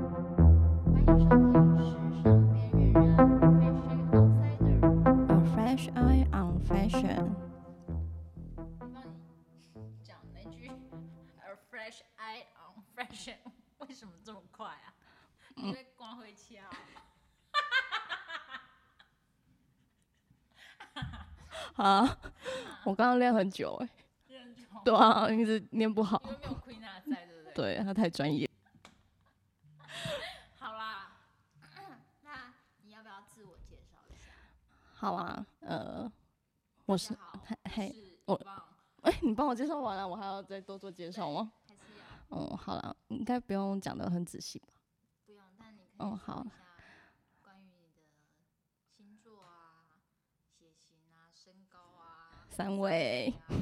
嗯呃 fresh eye on fresh，and- 为什么这么快啊？因为光会掐哦。啊， 我刚刚练很久哎、认同。对啊，一直念不好因，为没有 Queen 啊在，对不对？。对他太专业。好啦，那你要不要自我介绍一下？好啊，呃，我是大家好嘿嘿， 是我遗忘哎、你帮我介绍完了，我还要再多做介绍吗？还是要哦、好了，应该不用讲的很仔细吧？不用？但你可以嗯说好一下关于你的星座啊、血型啊、身高啊、三位啊 Oh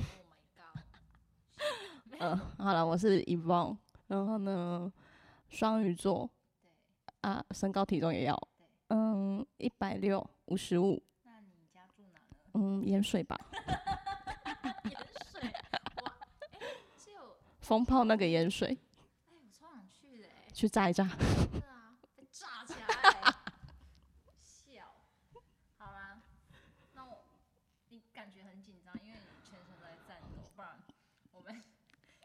my god！呃，好了，我是 e v o n 然后呢，双鱼座对，啊，身高体重也要对，嗯，一百六五十五，那你家住哪呢？嗯，盐水吧， 盐水，哇，哎、只有风炮那个盐水哎、我超想去的哎、去炸一炸。真的啊，被炸起来、欸，笑，好啦，那我你感觉很紧张，因为你全身都在颤抖。不然我们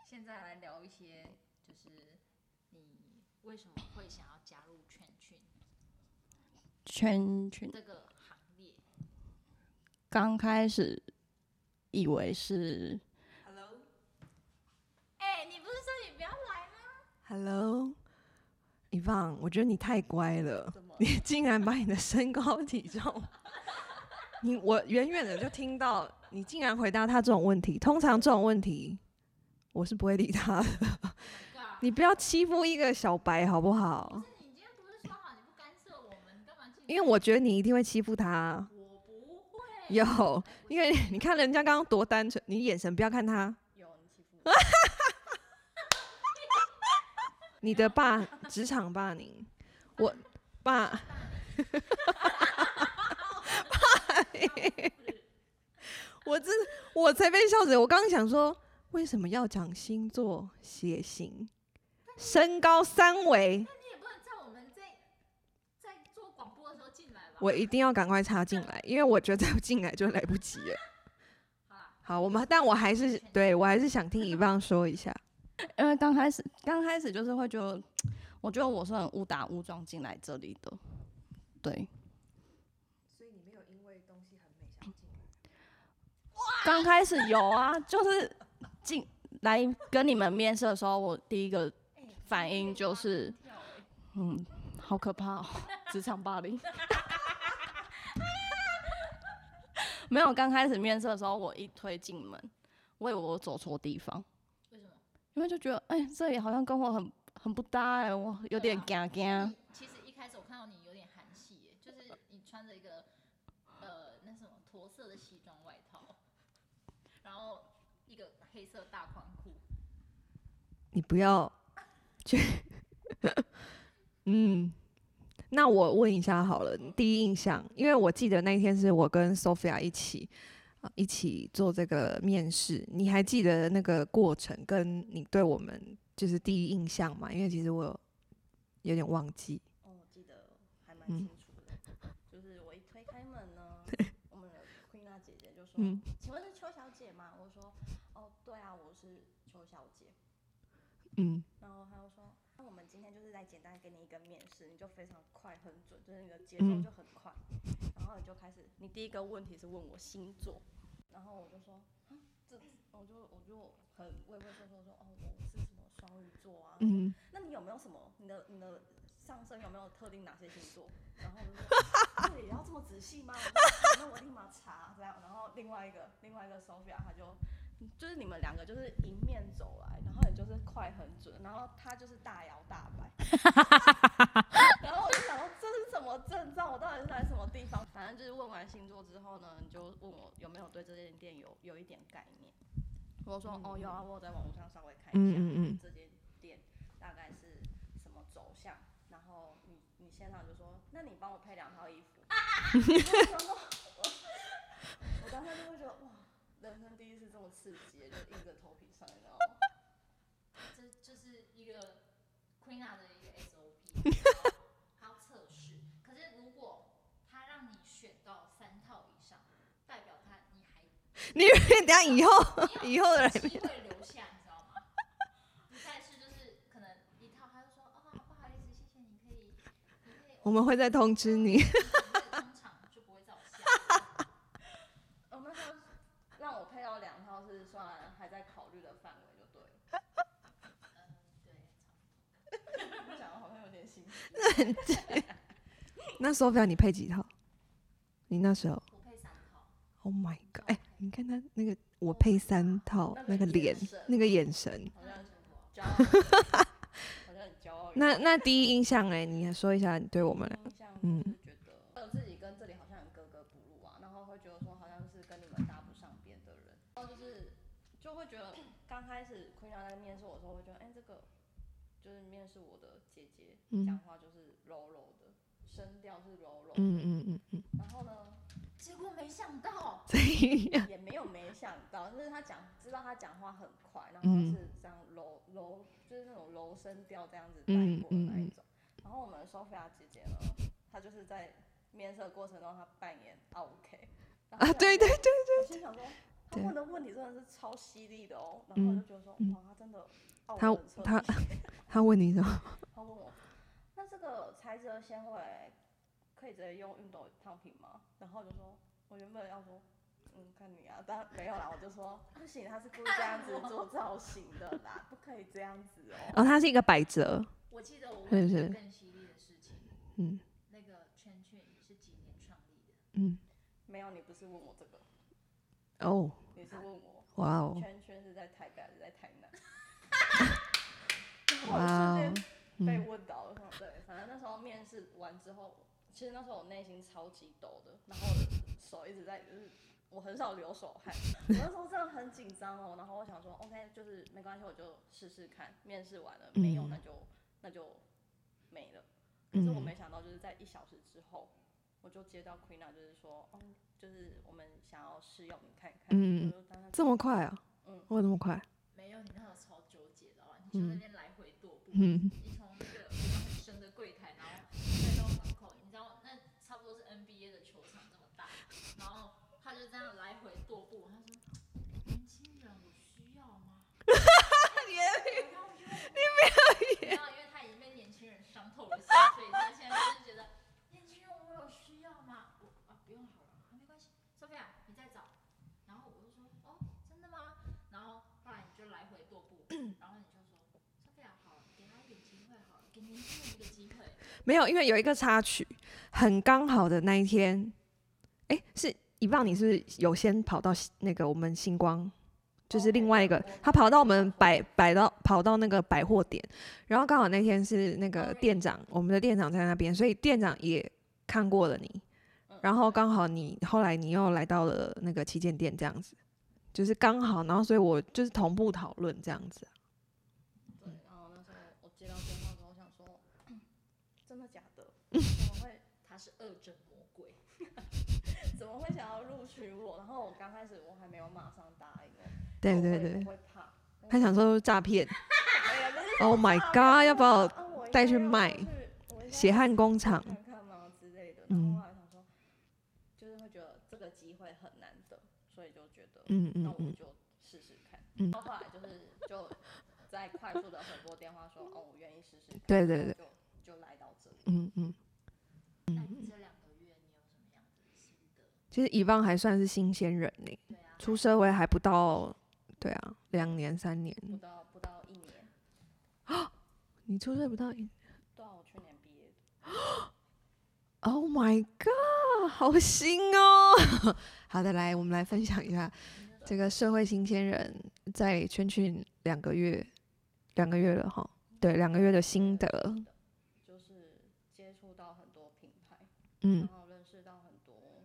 现在来聊一些，就是你为什么会想要加入圈群圈圈这个行列？刚开始以为是 Hello 哎、你不是说你不要来吗？ Hello，伊旺，我觉得你太乖了，你竟然把你的身高体重， 你我远远的就听到你竟然回答他这种问题。通常这种问题，我是不会理他的。你不要欺负一个小白好不好？你今天不是说好你不干涉我们，你干嘛进因为我觉得你一定会欺负他。我不会。有，因为你看人家刚刚多单纯，你眼神不要看他，有你欺负我，你的霸职场霸凌，我霸。我真的我才被笑死！我刚刚想说，为什么要讲星座、血型、身高、三围？你也不能在我们在在做广播的时候进来吧？我一定要赶快插进来，因为我觉得再不进来就来不及了。好啦，好，我们但我还是对我还是想听一棒说一下。因为刚开始刚开始就是会觉得，我觉得我是很误打误撞进来这里的，对，所以你没有因为东西很美想进来。刚开始有啊， 就是进来跟你们面试的时候，我第一个反应就是，跳欸嗯，好可怕哦，职场霸凌。 没有，刚开始面试的时候，我一推进门，我以为我走错地方，为什么？因为就觉得，哎、这里好像跟我很很不搭哎、我有点啊尴尬你。其实一开始我看到你有点韩系耶，就是你穿着一个呃那什么驼色的西装外套，然后一个黑色大宽裤，你不要去， 嗯，那我问一下好了，你第一印象，因为我记得那一天是我跟 Sophia 一起。啊一起做这个面试，你还记得那个过程跟你对我们就是第一印象吗？因为其实我有点忘记。哦，我记得还蛮嗯清楚的，就是我一推开门 呢，我们的 Queen 娜姐姐就说：“嗯请问是邱小姐吗？”我说：“哦，对啊，我是邱小姐。嗯，”然后她就说：“那我们今天就是来简单给你一个面试，你就非常快很准，就是你的节奏嗯就很快，然后你就开始，你第一个问题是问我星座，然后我就说。啊这我就我就很畏畏缩缩说哦，我是什么双鱼座啊，嗯，那你有没有什么？你的你的上身有没有特定哪些星座？然后我就说这也要这么仔细吗？ 我说那我立马查这样。然后另外一个另外一个 Sophia 她就就是你们两个就是迎面走来，然后你就是快很准，然后他就是大摇大摆。 然后我就想说这是什么症状？我到底是来什么地方？反正就是问完星座之后呢，你就问我有没有对这间店有有一点概念。我说、哦有啊，我有在网络上稍微看一下，嗯嗯嗯这间店大概是什么走向。然后你你现场就说，那你帮我配两套衣服。 我想说我我当时就会觉得哇，人生第一次这么刺激，就硬着头皮上，你知道吗？这就是一个 Queen a 的一个 SOP，还要测试。可是如果他让你选到三套以上，代表他你还你 等一下以后以后的人机会留下，你知道吗？你在哦我们会再通 知你。 通常就不会在我下面。我哦那时候让我配到两套是算还在考虑的范围，就对了。不想好像有点心虚。那 Sophia 你配几套？你那时候我配三套， ，Oh my god！哎、你看他那个，我配三套，那个脸，那个眼哦神。好像骄 傲，好像很骄傲。那那第一印象哎、你还说一下你对我们俩印象嗯就是觉得我自己跟这里好像很格格不入啊，然后会觉得说好像是跟你们搭不上边的人，然后就是就会觉得刚开始昆阳在面试我的时候，会觉得哎、这个就是面试我的姐姐嗯讲话就是柔柔的，声调是柔柔的，嗯嗯嗯嗯，然后呢结果没想到，对 呀，也没有没想到，就是他讲知道他讲话很快，然后他是这样柔柔就是那种柔声调这样子带嗯过的那一嗯种，然后我们 Sophia 姐姐呢，她就是在面试的过程中她扮演 OK 然后啊，我对对对，我心想说，他对问的问题真的是超犀利的哦，然后我就觉得说，嗯哇，他真的傲他人彻他底他问你什么？他问我，哦那这个材质的纤维可以直接用熨斗烫平吗？然后我就说，我原本要说。嗯，看你啊，但没有啦，我就说不行，他是故意这样子做造型的啦， 不可以这样子哦。哦，他是一个百褶，我记得我是问不一个 是？更犀利的事情，嗯那个圈圈是几年创立的？嗯，没有，你不是问我这个，哦，你是问我 哇哦，圈圈是在台北还是在台南？ 哇哇哦哦！被嗯问到了，对，反正那时候面试完之后，其实那时候我内心超级抖的，然后我的手一直在，就是我很少流手汗，我那时候真的很紧张哦，然后我想说，OK，就是没关系，我就试试看，面试完了没有，嗯那就那就没了。可是我嗯没想到，就是在一小时之后，我就接到 Queen 就是说，哦，就是我们想要试用你看看，嗯我就当时这么快啊？嗯我有这么快？没有，你那时候超纠结的哦，你就在那边来回踱步，嗯你从那个很深的柜台，然后再到门口，你知道那差不多是 NBA 的球场这么大，然后他就这样来回踱步，他说：“年轻人，我需要吗？”你你没有，你知道，因为他已经被年轻人伤透了心，所以他现在就是觉得年轻人，我有需要吗？我啊，不用好了，啊没关系，Sophia，你再找。然后我就说：“哦，真的吗？”然后后来你就来回踱 步，然后你就说。说不了好了，给他一点机会好了，给年轻人一个机会。没有，因为有一个插曲，很刚好的那一天，哎、是一棒，你是不是有先跑到西那个我们星光，就是另外一个，他跑到我们百百到跑到那个百货店，然后刚好那天是那个店长，我们的店长在那边，所以店长也看过了你，嗯然后刚好你后来你又来到了那个旗舰店这样子，就是刚好，然后所以我就是同步讨论这样子，对，嗯然后那时候我接到电话之后，我想说，真的假 的？怎么会他是恶整魔鬼，怎么会想要录取我？然后我刚开始我还没有马上答应哦，对我对会对我，会怕。他想说是诈骗哎呀，不是，Oh my god，要不要？啊我应带该去要卖去我应该血要汗工去厂，看看嘛之类的。然嗯后后来想说，就是会觉得这个机会很难得，所以就觉得，嗯那嗯我嗯，就试试看。嗯然后后来就是就在快速的回拨电话说，哦，我愿意试试看。嗯对对然后对就就来到这里。嗯嗯，那你这两个月你有什么样的心得？其实以旺还算是新鲜人呢，对啊，出社会还不到，对啊，两年三年，不到不到一年，你出社不到一对啊，我去年毕业的， ，Oh my god，好新哦。好的，来，我们来分享一下这个社会新鲜人在圈圈两个月，两个月了哈，对，两个月的心得，就是接触到很多品牌，嗯然后认识到很多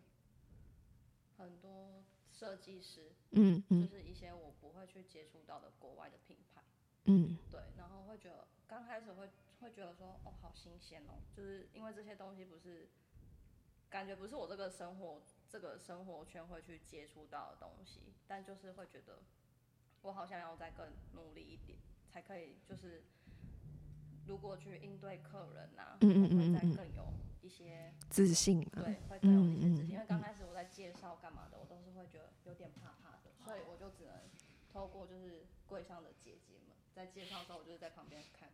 很多设计师，嗯就嗯是一些我不会去接触到的国外的品牌，嗯对，然后会觉得刚开始会会觉得说，哦，好新鲜哦，就是因为这些东西不是感觉不是我这个生活这个生活圈会去接触到的东西，但就是会觉得我好像要再更努力一点，才可以就是如果去应对客人呐、啊，嗯我嗯会嗯再嗯更有一些自信嘛，对，会更有一些嗯自嗯信，因嗯为刚开始我在介绍干嘛的，我都是会觉得有点怕怕的，所以我就只能透过就是柜上的姐姐们在介绍的时候，我就是在旁边看，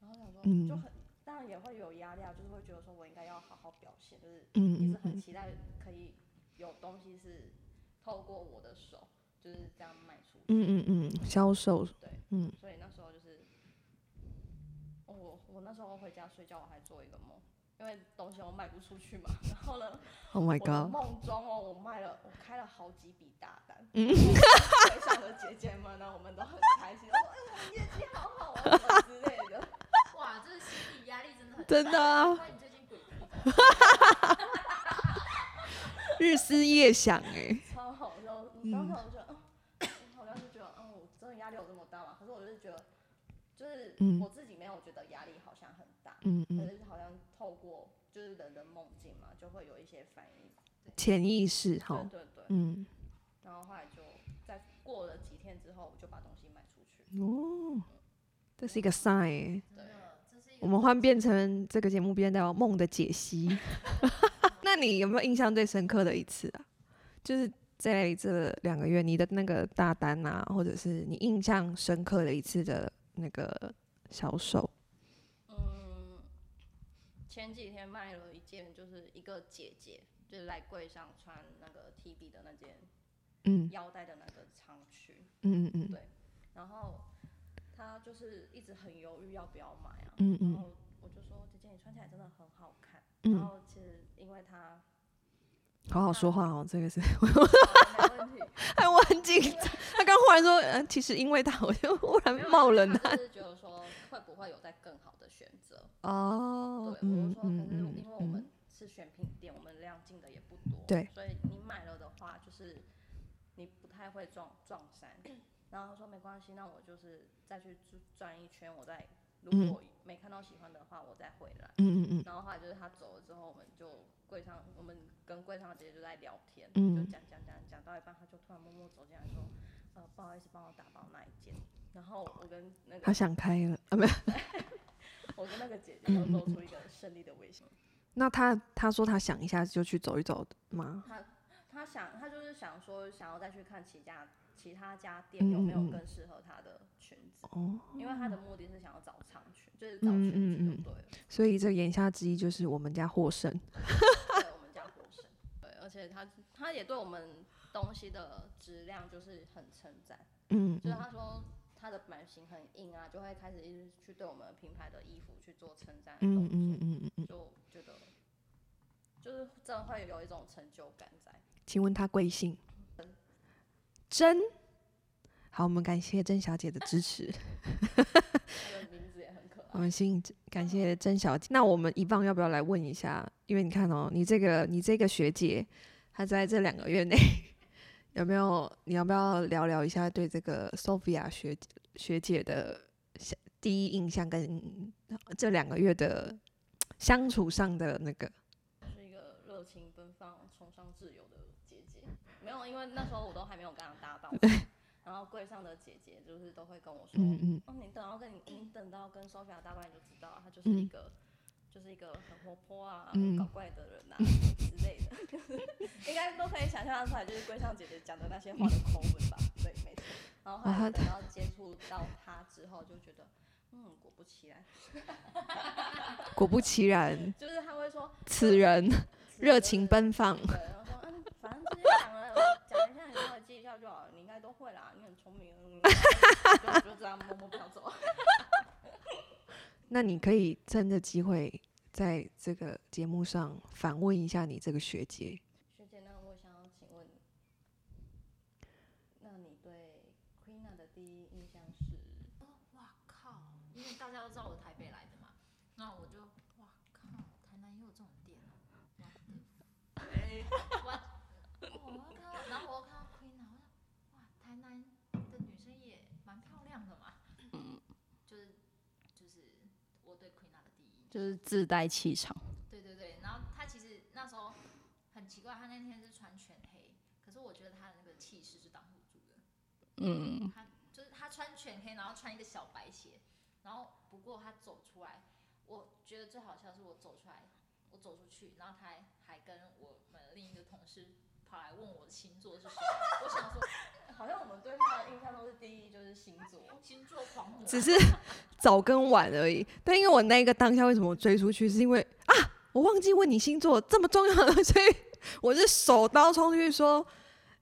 然后想说嗯就很当然也会有压力啊，就是会觉得说我应该要好好表现，就是一嗯直嗯嗯很期待可以有东西是透过我的手就是这样卖出去。嗯嗯嗯，销售，对，嗯，所以那时候就是，哦我我那时候回家睡觉，我还做一个梦，因为东西我卖不出去嘛。然后呢， Oh 我的 my god！梦中哦，我卖了，我开了好几笔大单。嗯 嗯，台上的姐姐们呢，我们都很开心，说哎，我们业绩好好啊，什么之类 的。哇，这个心理压力真的很大。真的啊，那你最近鬼哭日思夜想哎、超好笑。当时我就觉得，嗯，我好像就觉得，嗯，我真的压力有这么大吗？可是我就是觉得，就是嗯我自己没有觉得压力好像很大，嗯可嗯，是好像透过就是人的梦境嘛，就会有一些反应。潜意识哈对，对对。嗯，然后后来就在过了几天之后，我就把东西卖出去。哦，这是一个 sign 欸对真的，这是一我个们换变成这个节目变到梦的解 析。那你有没有印象最深刻的一次啊？就是在这两个月，你的那个大单啊，或者是你印象深刻的一次的那个销售，嗯，前几天卖了一件，就是一个姐姐，就是来柜上穿那个 TB 的那件嗯腰带的那个长裙。嗯嗯嗯对然后他就是一直很犹豫要不要买啊。嗯然嗯后我就说：“姐姐，你穿起来真的很好看。”然嗯，后其实因为他好好说话哦，这个是，好没问题， 哎，我很紧张。 他刚忽然说，嗯，其实因为他，我就忽然没有 冒了因为呢。他就是觉得说会不会有再更好的选择？对，我哦就，嗯说，可嗯是嗯因为我嗯们是选品店，我们量进的也不多，对，所以你买了的话，就是你不太会撞撞衫。然后他说没关系，那我就是再去转转一圈，我再如嗯果没看到喜欢的话，我再回来。嗯嗯然后后来就是他走了之后，我们就柜上，我们跟柜上的姐姐就在聊天，嗯就讲讲讲讲到一半，他就突然默默走进来说：“呃，不好意思，帮我打包那一件。”然后我跟那他个想开了啊，没有。我跟那个姐姐都露出一个胜利的微笑。那他他说他想一下就去走一走吗？他想，他就是想说，想要再去看其他其他家店有没有嗯嗯嗯更适合他的裙子，哦，因为他的目的是想要找长裙，就是找裙嗯嗯子嗯就对了。所以这言下之意就是我们家获胜。对我们家国生。对，而且他他也对我们东西的质量就是很称赞，嗯就是啊他说他的版型很硬啊，就会开始一直去对我们品牌的衣服去做称赞的动嗯作，嗯嗯嗯。就觉得就是真的会有一种成就感在。请问他贵姓？真。好，我们感谢甄小姐的支持，他的名字也很可我爱，们先嗯感谢甄小姐。那我们一棒要不要来问一下？因为你看哦，你这个你这个学姐，她在这两个月内 有没有？你要不要聊聊一下对这个 Sophia 学学姐的想第一印象跟这两个月的相处上的那个？是一个热情奔放、崇尚自由的姐姐。没有，因为那时候我都还没有跟她搭档。 然后柜上的姐姐就是都会跟我说，嗯嗯。哦，你等到跟你你等到跟 Sophia 搭班你就知道，她就是一嗯个、就是一个很活泼啊、嗯搞怪的 人啊之类的， 应该都可以想象得出来，就是龟上姐姐讲的那些话的口吻吧？对，没错。然后后哇她来等到接触到她之后，就觉得，嗯，果不其然，果不其然，就是她会说此 人此热人情就是奔放。对，然后说，嗯，反正之前讲了，讲一下你稍微记一下就好了，你应该都会啦，你很聪明， 嗯然后就就这样默默飘走。那你可以趁着机会在这个节目上反问一下你这个学姐，学姐，那我想要请问你，那你对 Queena 的第一印象是？哇靠！因为大家都知道我台北来的嘛，那我就哇靠，台南也有这种店哦。哇对，哇，我要看到，然后我又看到 Queen 啊，我想哇，台南的女生也蛮漂亮的嘛。嗯就是就是我对 Queen 啊的第一印象。就是自带气场。对对对，然后她其实那时候很奇怪，她那天是穿全黑，可是我觉得她的那个气势是挡不住的。嗯，他就是他穿全黑，然后穿一个小白鞋，然后不过他走出来，我觉得最好笑的是我走出来，我走出去，然后他还还跟我们另一个同事跑来问我的星座是什么，我想 说 好像我们对她的印象都是第一就是星座，星座狂魔，啊只是 早跟晚而已。但因为我那一个当下为什么我追出去，是因为啊，我忘记问你星座这么重要的， 所以我是手刀冲出去说：“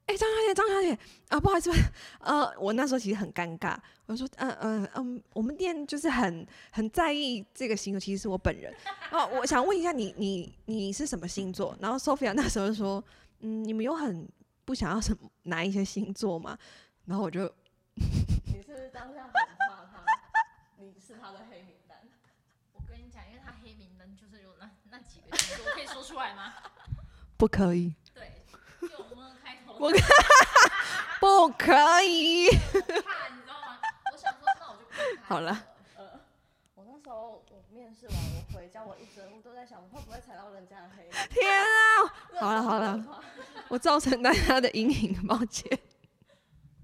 哎、张小姐，张小姐啊，不好意思， 呃，我那时候其实很尴尬，我说，嗯嗯嗯，我们店就是很很在意这个星座，其实是我本人。哦，我想问一下你，你你是什么星座？然后 Sophia 那时候就说，嗯，你们有很不想要什么哪一些星座吗？然后我就你是不是当下很怕他？你是他的黑名单，我跟你讲，因为他黑名单就是有那那几个星座，我可以说出来吗？ 不可以，对，就我们开头的我不可以。我怕，你知道吗？我想说，那我就不看好了。我那时候我面试完我回家，我一整我都在想，我会不会踩到人家的黑名单？天啊！好了好了，我造成大家的阴影，抱歉。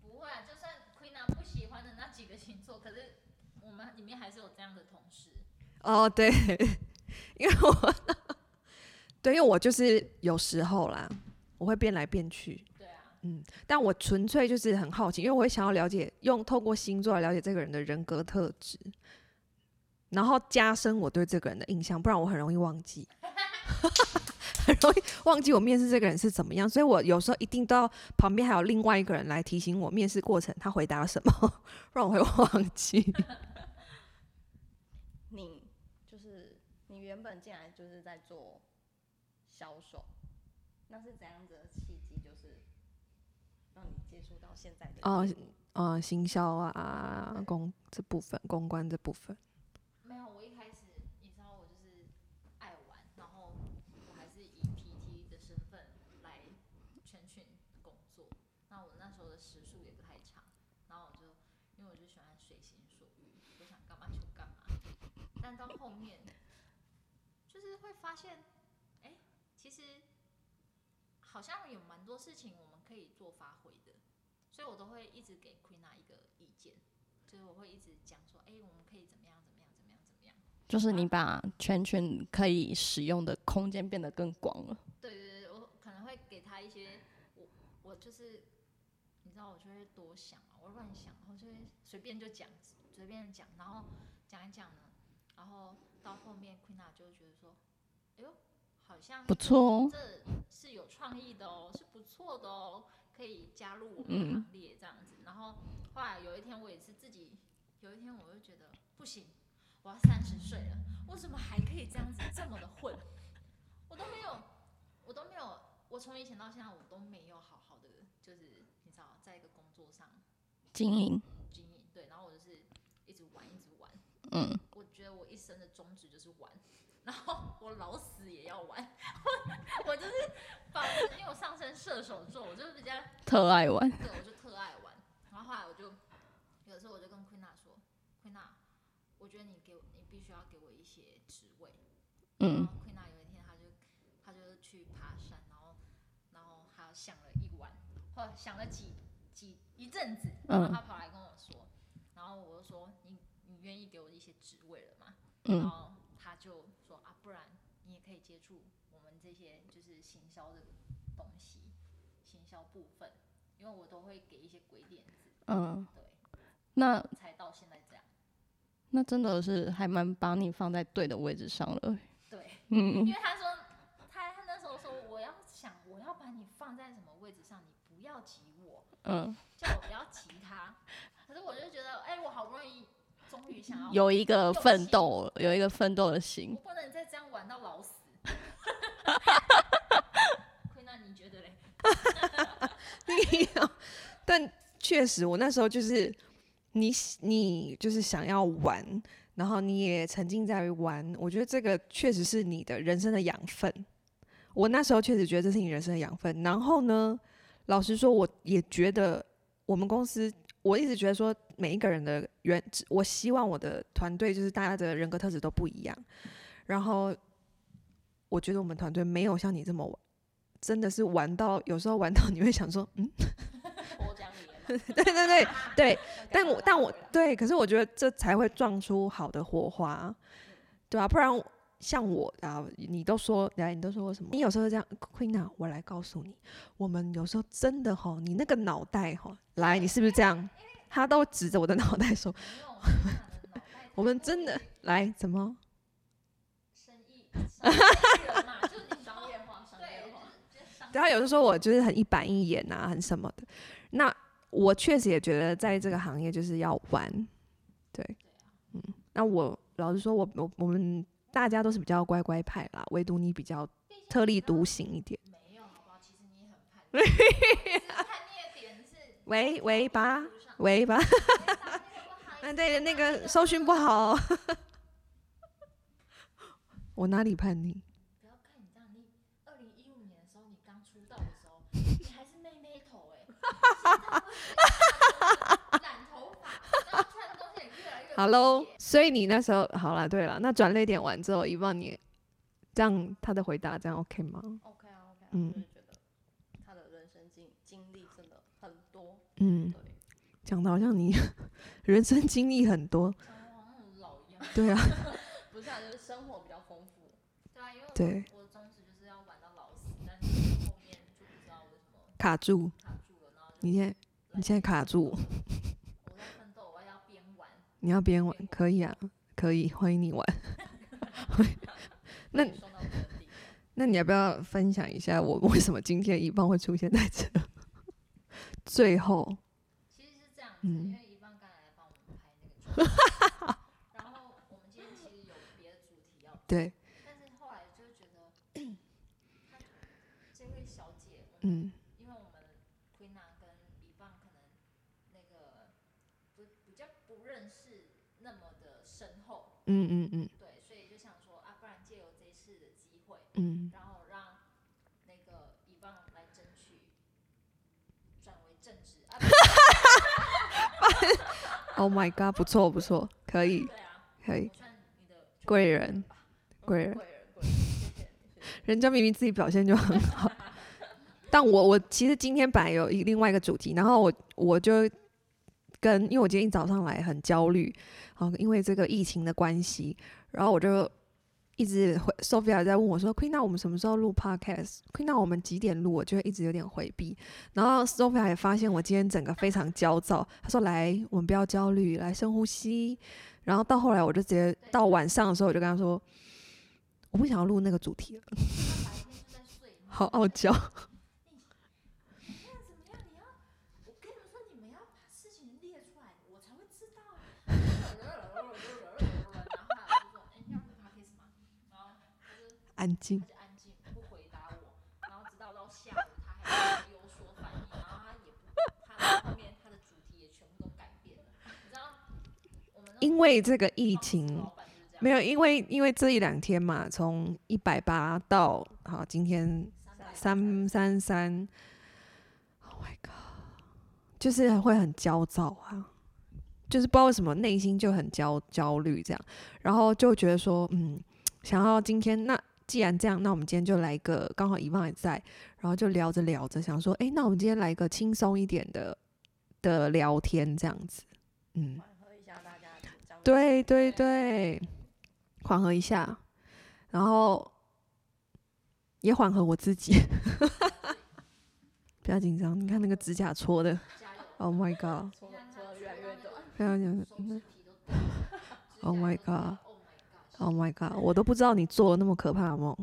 不会啊，就算 Queen 啊不喜欢的那几个星座，可是我们里面还是有这样的同事。哦，对，因为我 对，因为我就是有时候啦，我会变来变去，对啊，但我纯粹就是很好奇，因为我会想要了解，用透过星座来了解这个人的人格特质，然后加深我对这个人的印象，不然我很容易忘记， 很容易忘记我面试这个人是怎么样，所以我有时候一定都要旁边还有另外一个人来提醒我面试过程他回答了什么， 不然我会忘记。你就是你原本进来就是在做销售，那是怎样子的契机？就是让你接触到现在的哦业务呃，行销啊，公这部分，公关这部分。没有，我一开始你知道我就是爱玩，然后我还是以 PT 的身份来全群工作。那我那时候的时数也不太长，然后我就因为我就喜欢随心所欲，我想干嘛就干嘛。但到后面就是会发现，哎，其实好像有蛮多事情我们可以做发挥的，所以我都会一直给 Queen a 一个意见。就是我会一直讲说，哎、我们可以怎么样，怎么样，怎么样，怎么样。就是啊你把圈圈可以使用的空间变得更广了。嗯对对对，我可能会给他一些，我我就是，你知道，我就会多想嘛，我乱想，然后就会随便就讲，随便讲，然后讲一讲呢，然后到后面 Queen a 就会觉得说，哎呦，好像不错哦，这是有创意的哦，是不错的哦，可以加入我们的嗯行列这样子。然后后来有一天我也是自己，有一天我就觉得不行，我要三十岁了，为什么还可以这样子这么的混？我都没有，我都没有，我从以前到现在我都没有好好的，就是你知道，在一个工作上经营，经营对，然后我就是一直玩，一直玩。嗯，我觉得我一生的宗旨就是玩，然后我老死也要玩。我我就是保持，因为我上升射手座，我就是比较特爱玩，对，我就特爱玩。然后后来我就有时候我就跟 Queen a 说，Queen a 我觉得你给我，你必须要给我一些职位。然嗯，后 Queen a 有一天他就他就去爬山，然后然后他想了一晚，或者想了几几一阵子，然后嗯他跑来跟我说，然后我就说你你愿意给我一些职位了吗？嗯然后他就说啊，不然你也可以接触我们这些就是行销的东西，行销部分，因为我都会给一些鬼点子，嗯，对，那才到现在这样。那真的是还蛮把你放在对的位置上了，对，嗯因为他说他他那时候说我要想我要把你放在什么位置上，你不要挤我，嗯，叫我不要挤 他。可是我就觉得，哎、我好不容易终于想要，有一个奋斗，有一个奋斗的我心，不能再这样玩到 老死。亏那你觉得嘞？ 但确实，我那时候就是你喜你就是想要玩，然后你也沉浸在于玩，我觉得这个确实是你的人生的养分。我那时候确实觉得这是你人生的养分。然后呢，老实说，我也觉得我们公司，我一直觉得说每一个人的原，我希望我的团队就是大家的人格特质都不一样。然后我觉得我们团队没有像你这么玩，真的是玩到有时候玩到你会想说，嗯。我讲你了嘛。对对对对，但我但我回来对，可是我觉得这才会撞出好的火花，对啊，不然像我啊，你都说来，你都说我什么？你有时候这样，Queen 啊，我来告诉你，我们有时候真的吼，你那个脑袋吼，来，你是不是这样？他都指着我的脑袋说，啊没有我们的脑袋 我们真的来怎么？生意，商业人嘛，就是你商商业业化，商业对化。，就是商对他有时候说我就是很一板一眼啊，很什么的。那我确实也觉得在这个行业就是要玩，对，嗯。那我老实说我，我我们大家都是比较乖乖派啦，唯独你比较特立独行一点。没有，好不好？其实你也很叛逆，只是叛逆的点是 喂喂吧路上喂吧，嗯，嗯，对，那个搜寻不好。 我哪里叛逆？不要哦看你这样，你二零一五年的时候，你刚出道的时 候，你还是妹妹头哎、欸， 染头发，然后穿的东西也越来越好喽，所以你那时候好了，对了，那转泪点完之后，遗忘你这样他的回答这样 OK 吗？ OK 啊，OK 啊，嗯我就是觉得他的人生经经历真的很多，嗯对，，讲的好像你人生经历很多，好像很老一样。对啊， 不是啊，就是生活比较丰富。对啊，因为我对我的宗旨就是要玩到老死，但是后面就不知道为什么卡住，卡住了，然后就你现在你现在卡住，我在奋斗，我要边玩你要边玩可以啊，可以欢迎你玩。 那送到这个地方，那你要不要分享一下我为什么今天一棒会出现在这？最后，其实是这样子，嗯因为一棒刚才来帮我们拍那 个照片，然后我们今天其实有别的主题要，对，但是后来就觉得， 她这位小姐，我们嗯因为我们 Queen a 跟一棒可能那个不比较不认识那么的深厚，嗯嗯嗯对，所以就想说啊，不然借由这一次的机会，嗯，然后让那个一棒来争取转为正职啊，不是 Oh my god，不错不错，可以对啊，可以我，算你的贵人贵贵人人，贵人，谢谢你，谢谢人家明明自己表现就很好。 但我我其实今天本来有一另外一个主题，然后我我就跟，因为我今天一早上来很焦虑，好，因为这个疫情的关系，然后我就一直回 Sophia 在问我说，Queen，那我们什么时候录 Podcast？Queen，那我们几点录？我就一直有点回避。然后 Sophia 也发现我今天整个非常焦躁，她说：“来，我们不要焦虑，来深呼吸。”然后到后来，我就直接到晚上的时候，我就跟她说：“我不想要录那个主题了。”他白天就在睡，你好傲娇。这样怎么样？你要，我跟你们说，你们要把事情列出来，我才会知道。然后他就说：“哎，你要录 podcast 吗？”然后他就安静他。就安静不回答我，然后直到到下午他还是有所反应，然后他也不，他后面他的主题也全部都改变了，你知道，我们那种因为这个疫公司情老板就是这样，没有，因为因为这一两天嘛，从一百八到好今天三三三，Oh my god，就是会很焦躁啊，就是不知道为什么内心就很焦焦虑这样，然后就觉得说，嗯，想要今天那既然这样，那我们今天就来一个刚好遗忘也在，然后就聊着聊着想说，诶，那我们今天来一个轻松一点的的聊天这样子，嗯。缓和一下大家紧张的对对对，缓和一下，然后也缓和我自己， 不要紧张。你看那个指甲搓的加油， ，Oh my god，搓搓得越来越短，不要紧嗯手指皮都掉了 Oh my 指甲都掉了 Oh my god， ，Oh my god，我都不知道你做了那么可怕的梦。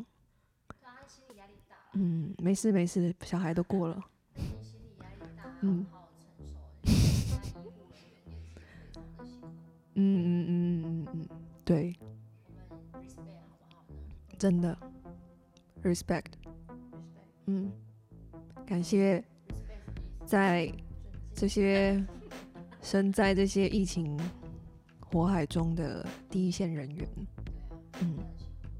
对啊，他心理压力大了，嗯，没事没事，小孩都过了。那你心理压力大，嗯好好承受，因为现在医护人员也是非常的辛苦，嗯嗯嗯嗯嗯，对，我们 respect 好不好呢？真的，respect。嗯，感谢在这些身在这些疫情火海中的第一线人员。嗯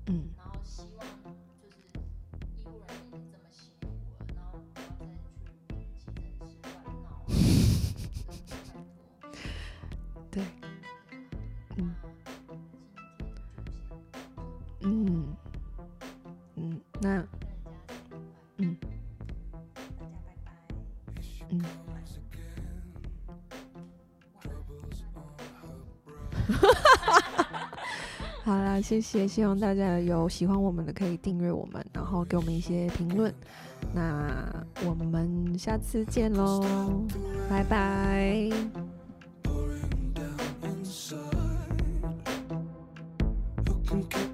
嗯，然后希望就是医护人员已经这么辛苦了，然后不要再去急诊室乱闹啊，真的太多。对，嗯那今天就先跟嗯嗯，大那家说拜拜。大家拜拜。嗯。好啦，谢谢，希望大家有喜欢我们的可以订阅我们，然后给我们一些评论。那我们下次见喽，拜拜。 pouring down inside. think